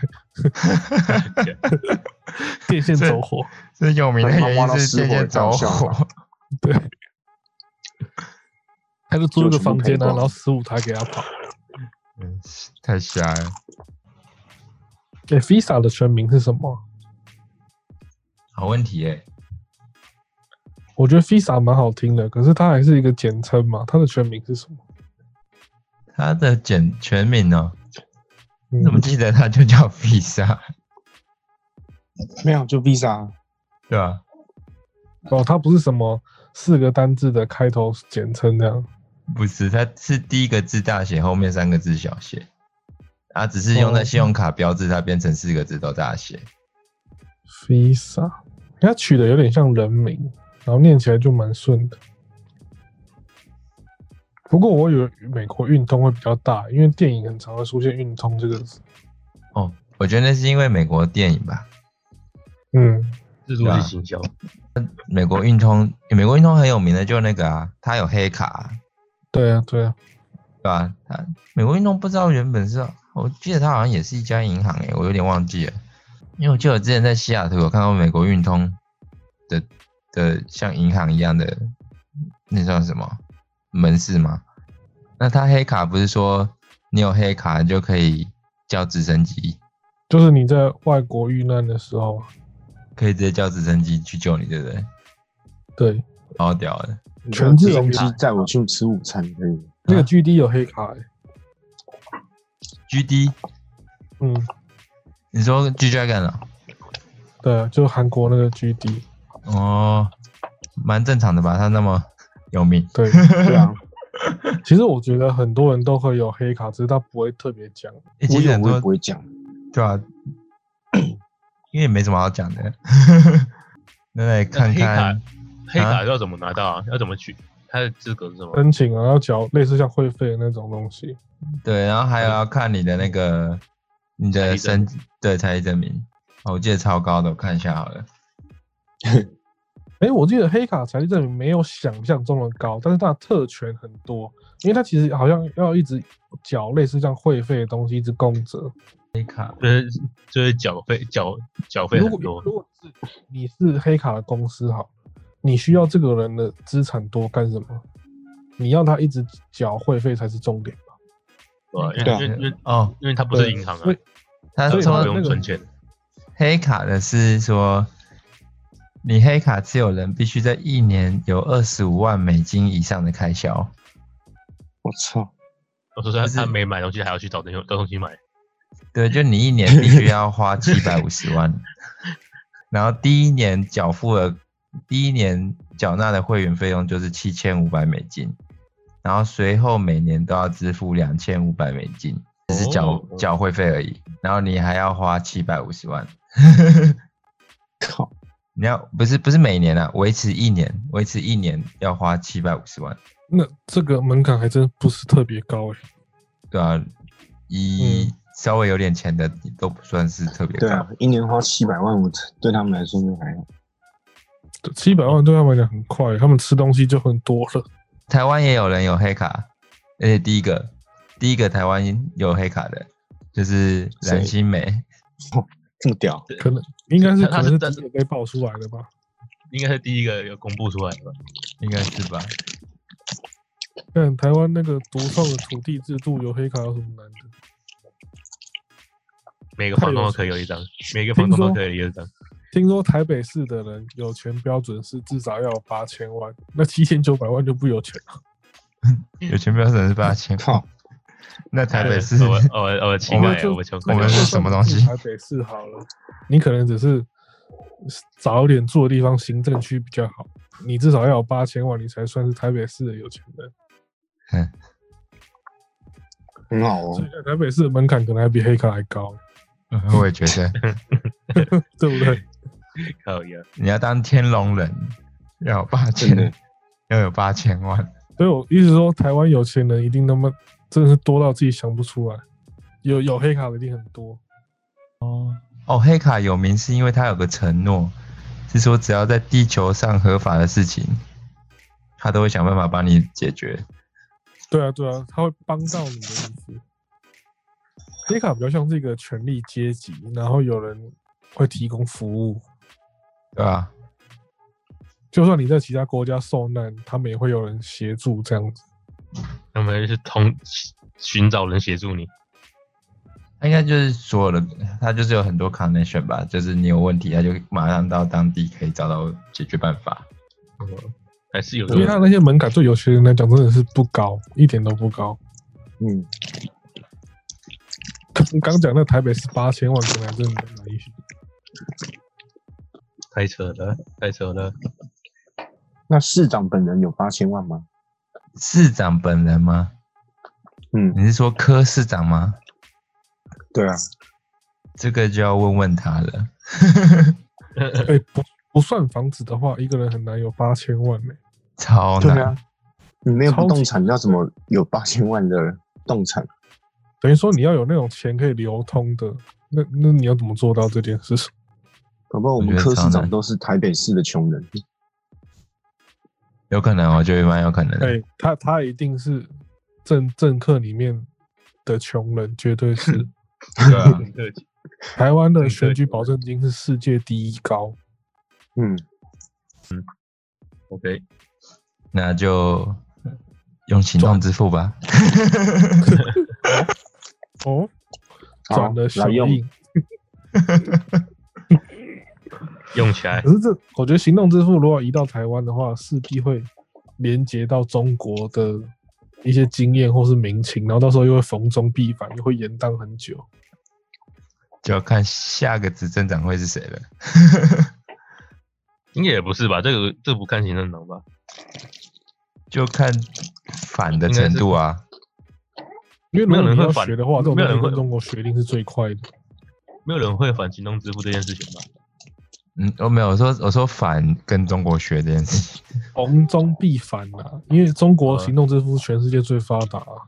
Speaker 3: 电线走火，
Speaker 1: 这有名的原因是电线着火，
Speaker 3: 对，他就租一个房间啊，
Speaker 4: 就全部赔光
Speaker 3: 然后十五台给他跑。
Speaker 1: 嗯 太瞎了。
Speaker 3: 给 Visa 的全名是什么？
Speaker 1: 好问题耶，
Speaker 3: 我我觉得 FISA 蛮好听的，可是它还是一个简称嘛，它的全名是什么？
Speaker 1: 它的简全名哦，
Speaker 3: 嗯
Speaker 1: 怎么记得它就叫 Visa，
Speaker 4: 没有就 Visa，啊
Speaker 1: 对吧？
Speaker 3: 哦，它不是什么四个单字的开头简称这样。
Speaker 1: 不是，它是第一个字大写，后面三个字小写，啊，只是用在
Speaker 3: 哦
Speaker 1: 信用卡标志，它变成四个字都大写。
Speaker 3: Visa，它取的有点像人名，然后念起来就蛮顺的。不过我以为美国运通会比较大，因为电影很常会出现运通这个字。
Speaker 1: 哦，我觉得那是因为美国电影吧，
Speaker 3: 嗯，
Speaker 2: 制度
Speaker 1: 对啊
Speaker 2: 是行销，
Speaker 1: 美国运通，美国运通很有名的就那个啊，它有黑卡啊、
Speaker 3: 对啊，对啊，
Speaker 1: 对吧、它美国运通不知道原本是，我记得它好像也是一家银行诶、我有点忘记了，因为我记得我之前在西雅图有看过美国运通的的像银行一样的，那叫什么门市吗？那它黑卡不是说你有黑卡你就可以叫直升机，
Speaker 3: 就是你在外国遇难的时候啊，
Speaker 1: 可以直接叫直升机去救你，对不对？
Speaker 3: 对，
Speaker 1: 超屌的，
Speaker 3: 全
Speaker 4: 自
Speaker 3: 自动
Speaker 4: 动
Speaker 3: 打
Speaker 4: 机载我去吃午餐可 以吗？
Speaker 3: 那个 GD 有黑卡、欸，
Speaker 1: GD，
Speaker 3: 嗯，
Speaker 1: 你说 G Dragon 啊？
Speaker 3: 对啊，就韩国那个 GD，
Speaker 1: 哦，蛮正常的吧？他那么有名，
Speaker 3: 对，
Speaker 4: 对 啊，
Speaker 3: 其实我觉得很多人都会有黑卡，只是他不会特别讲。
Speaker 1: 已
Speaker 4: 我
Speaker 1: 经
Speaker 4: 有
Speaker 1: 很
Speaker 4: 我也
Speaker 1: 多
Speaker 4: 不会讲。
Speaker 1: 对啊，因为也没什么好讲的。那来看看，
Speaker 2: 黑卡要怎么拿到啊？要怎么取？它的资格是什么？
Speaker 3: 申请啊，要缴类似像会费的那种东西。
Speaker 1: 对，然后还有要看你的那个你
Speaker 2: 财
Speaker 1: 的
Speaker 2: 力证
Speaker 1: 身对财力证明，哦我记得超高的，我看一下好了。
Speaker 3: 哎、我记得黑卡财力证明没有想象中的高，但是它的特权很多，因为它其实好像要一直缴类似像会费的东西，一直供着。
Speaker 1: 黑卡，
Speaker 2: 就是就是缴费缴缴费
Speaker 3: 如
Speaker 2: 很
Speaker 3: 果
Speaker 2: 多
Speaker 3: 如，果是你是黑卡的公司好，你需要这个人的资产多干什么？你要他一直缴会费才是重点吧？
Speaker 2: 对
Speaker 4: 对
Speaker 2: 吧
Speaker 4: 啊
Speaker 2: 因为因为因为
Speaker 1: 哦，
Speaker 2: 因为它不是银行啊
Speaker 3: 所以，
Speaker 1: 他
Speaker 2: 它
Speaker 3: 所以
Speaker 1: 说
Speaker 2: 不
Speaker 3: 他
Speaker 2: 用
Speaker 3: 那个
Speaker 2: 存钱，
Speaker 1: 黑卡的是说，你黑卡持有人必须在一年有二十五万美金以上的开销。
Speaker 4: 我操，
Speaker 2: 我说他
Speaker 1: 就是
Speaker 2: 他没买东西还要去找东西找东西买，
Speaker 1: 对，就你一年必须要 花七百五十万，然后第一年缴付了，第一年缴纳的会员费用就是七千五百美金，然后随后每年都要支付两千五百美金，只是缴
Speaker 2: 哦
Speaker 1: 缴会费而已，然后你还要花七百五十万，
Speaker 4: 靠，
Speaker 1: 你要不是不是每年啊，维持一年，维持一年要花七百五十万，
Speaker 3: 那这个门槛还真不是特别高诶、
Speaker 1: 对啊，以稍微有点钱的都不算是特别
Speaker 4: 嗯对
Speaker 1: 高
Speaker 4: 啊，，一年花七百万，我对他们来说就还好。
Speaker 3: 七百万对他们来讲很快，他们吃东西就很多了。
Speaker 1: 台湾也有人有黑卡，而且第一个第一个台湾有黑卡的就是冉心湄，
Speaker 4: 这么屌，
Speaker 3: 可能应该是
Speaker 2: 他
Speaker 3: 可
Speaker 2: 他
Speaker 3: 能
Speaker 2: 是
Speaker 3: 是
Speaker 2: 但
Speaker 3: 第一个被爆出来的吧？
Speaker 2: 应该是第一个有公布出来的吧。
Speaker 1: 应该是吧？
Speaker 3: 看台湾那个独创的土地制度，有黑卡有什么难的？
Speaker 2: 每个房东都可以有一
Speaker 3: 哎
Speaker 2: 张，每个房东都可以有一张。
Speaker 3: 听说台北市的人有钱标准是至少要八千万，那七千九百万就不有钱了。
Speaker 1: 有钱标准是八千，
Speaker 4: 嗯靠，
Speaker 1: 那台北市
Speaker 2: 我我我乞
Speaker 3: 们
Speaker 2: 丐，
Speaker 3: 就
Speaker 2: 啊我穷
Speaker 1: 我
Speaker 2: 困
Speaker 1: 们
Speaker 2: 的。
Speaker 1: 是什么东西
Speaker 3: 就算你住台北市好了，你可能只是早一点住的地方行政区比较好，你至少要有八千万，你才算是台北市的有钱人。
Speaker 4: 很好哦
Speaker 3: 所以。台北市的门槛可能还比黑卡还高，
Speaker 1: 嗯 我也觉得
Speaker 3: 对不对？
Speaker 2: 靠呀！
Speaker 1: 你要当天龙人要有八
Speaker 4: 真的
Speaker 1: 千，要有八千万，
Speaker 3: 所以我一直说，台湾有钱人一定他妈真的是多到自己想不出来，有有黑卡的一定很多。
Speaker 1: 哦，黑卡有名是因为它有个承诺，是说只要在地球上合法的事情，他都会想办法帮你解决。
Speaker 3: 对啊，对啊，他会帮到你的意思。黑卡比较像是一个权力阶级，然后有人会提供服务，
Speaker 1: 对吧、
Speaker 3: 就算你在其他国家受难，他们也会有人协助这样子。
Speaker 2: 他们就是同寻找人协助你，
Speaker 1: 他应该就是所有的，他就是有很多 connection 吧，就是你有问题，他就马上到当地可以找到解决办法。
Speaker 2: 哦还是有
Speaker 3: 因为
Speaker 2: 的。
Speaker 3: 它那些门槛对有些人来讲真的是不高，一点都不高。
Speaker 4: 嗯，
Speaker 3: 刚刚讲那台北是八千万，可能还真的难以。
Speaker 2: 太扯了，太扯了。
Speaker 4: 那市长本人有八千万吗？
Speaker 1: 市长本人吗？
Speaker 4: 嗯，
Speaker 1: 你是说柯市长吗？
Speaker 4: 对啊，
Speaker 1: 这个就要问问他了。
Speaker 3: 哎、不不算房子的话，一个人很难有八千万呢、
Speaker 1: 超
Speaker 4: 对
Speaker 1: 难，
Speaker 4: 啊，你没有
Speaker 3: 超级
Speaker 4: 不动产，要怎么有八千万的动产？
Speaker 3: 等于说你要有那种钱可以流通的，那那你要怎么做到这件事情？
Speaker 4: 搞不好我们
Speaker 1: 我觉得
Speaker 4: 柯市
Speaker 1: 超
Speaker 4: 长
Speaker 1: 难
Speaker 4: 都是台北市的穷人。
Speaker 1: 有可能，我觉得蛮有可能的。
Speaker 3: 哎、他他一定是政政客里面的穷人，绝对是。
Speaker 2: 对啊，很客气。
Speaker 3: 台湾
Speaker 2: 嗯
Speaker 3: 的选举保证金是世界第一高，
Speaker 4: 嗯，
Speaker 2: OK，
Speaker 1: 那就用行动支付吧。
Speaker 3: 哦，
Speaker 4: 好
Speaker 3: 转了小
Speaker 4: 来用
Speaker 3: 印。
Speaker 2: 用起来
Speaker 3: 可是这，我觉得行动支付如果移到台湾的话，势必会连接到中国的一些经验或是民情，然后到时候又会逢中必反，又会延宕很久。
Speaker 1: 就要看下个执政长会是谁了。
Speaker 2: 应该也不是吧？这个这不看行政长吧？
Speaker 1: 就看反的程度啊。
Speaker 3: 因为如
Speaker 2: 没
Speaker 3: 果
Speaker 2: 有人
Speaker 3: 你
Speaker 2: 会
Speaker 3: 要
Speaker 2: 反
Speaker 3: 学的话，这种
Speaker 2: 没有
Speaker 3: 东西
Speaker 2: 人会
Speaker 3: 跟中国学一定是最快的。
Speaker 2: 没有人会反行动支付这件事情吧？
Speaker 1: 嗯，我没有，我说我说反跟中国学这件事情，
Speaker 3: 逢中必反啊，因为中国
Speaker 2: 呃
Speaker 3: 行动支付是全世界最发达啊、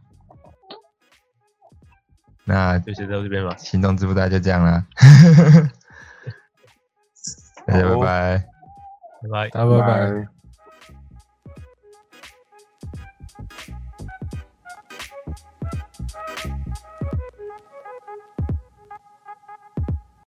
Speaker 1: 那
Speaker 2: 就先到这边吧。
Speaker 1: 行动支付大家就这样 啦。大家拜拜。
Speaker 2: 拜拜。
Speaker 3: 大家拜拜。
Speaker 4: 拜。